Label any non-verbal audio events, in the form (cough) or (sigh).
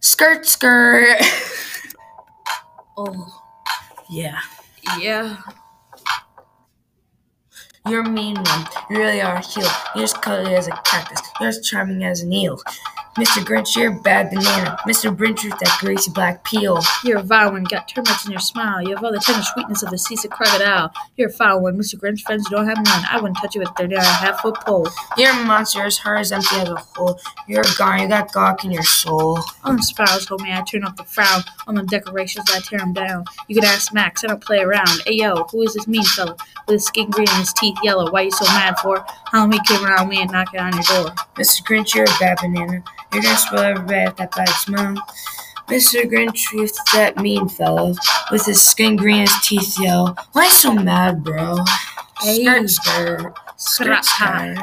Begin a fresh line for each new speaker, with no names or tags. Skirt, skirt. (laughs) oh, yeah.
Yeah.
You're a mean one. You really are a heel. You're as cuddly as a cactus. You're as charming as an eel. Mr. Grinch, you're a bad banana. Mr. Brinchworth, that greasy black peel.
You're a vile one, got termites in your smile. You have all the tender sweetness of the seasick crocodile. You're a foul one, Mr. Grinch friends you don't have none. I wouldn't touch you if they're down a half foot pole.
You're a monster as hard as empty as a hole. You're a gone. You got gawk in your soul.
On the spouse, homie, I turn up the frown. On the decorations, I tear 'em down. You could ask Max, I don't play around. Ayo, who is this mean fella? With his skin green and his teeth yellow. Why you so mad for? Halloween came around me and knocking on your door.
Mr. Grinch, you're a bad banana. You're gonna spoil everybody with that bad smile. Mr. Grinch, you're that mean fellow with his skin green, his teeth yellow. Why so mad, bro?
Hey.
Skirt, skirt, skirt,
Scrap
skirt.
time.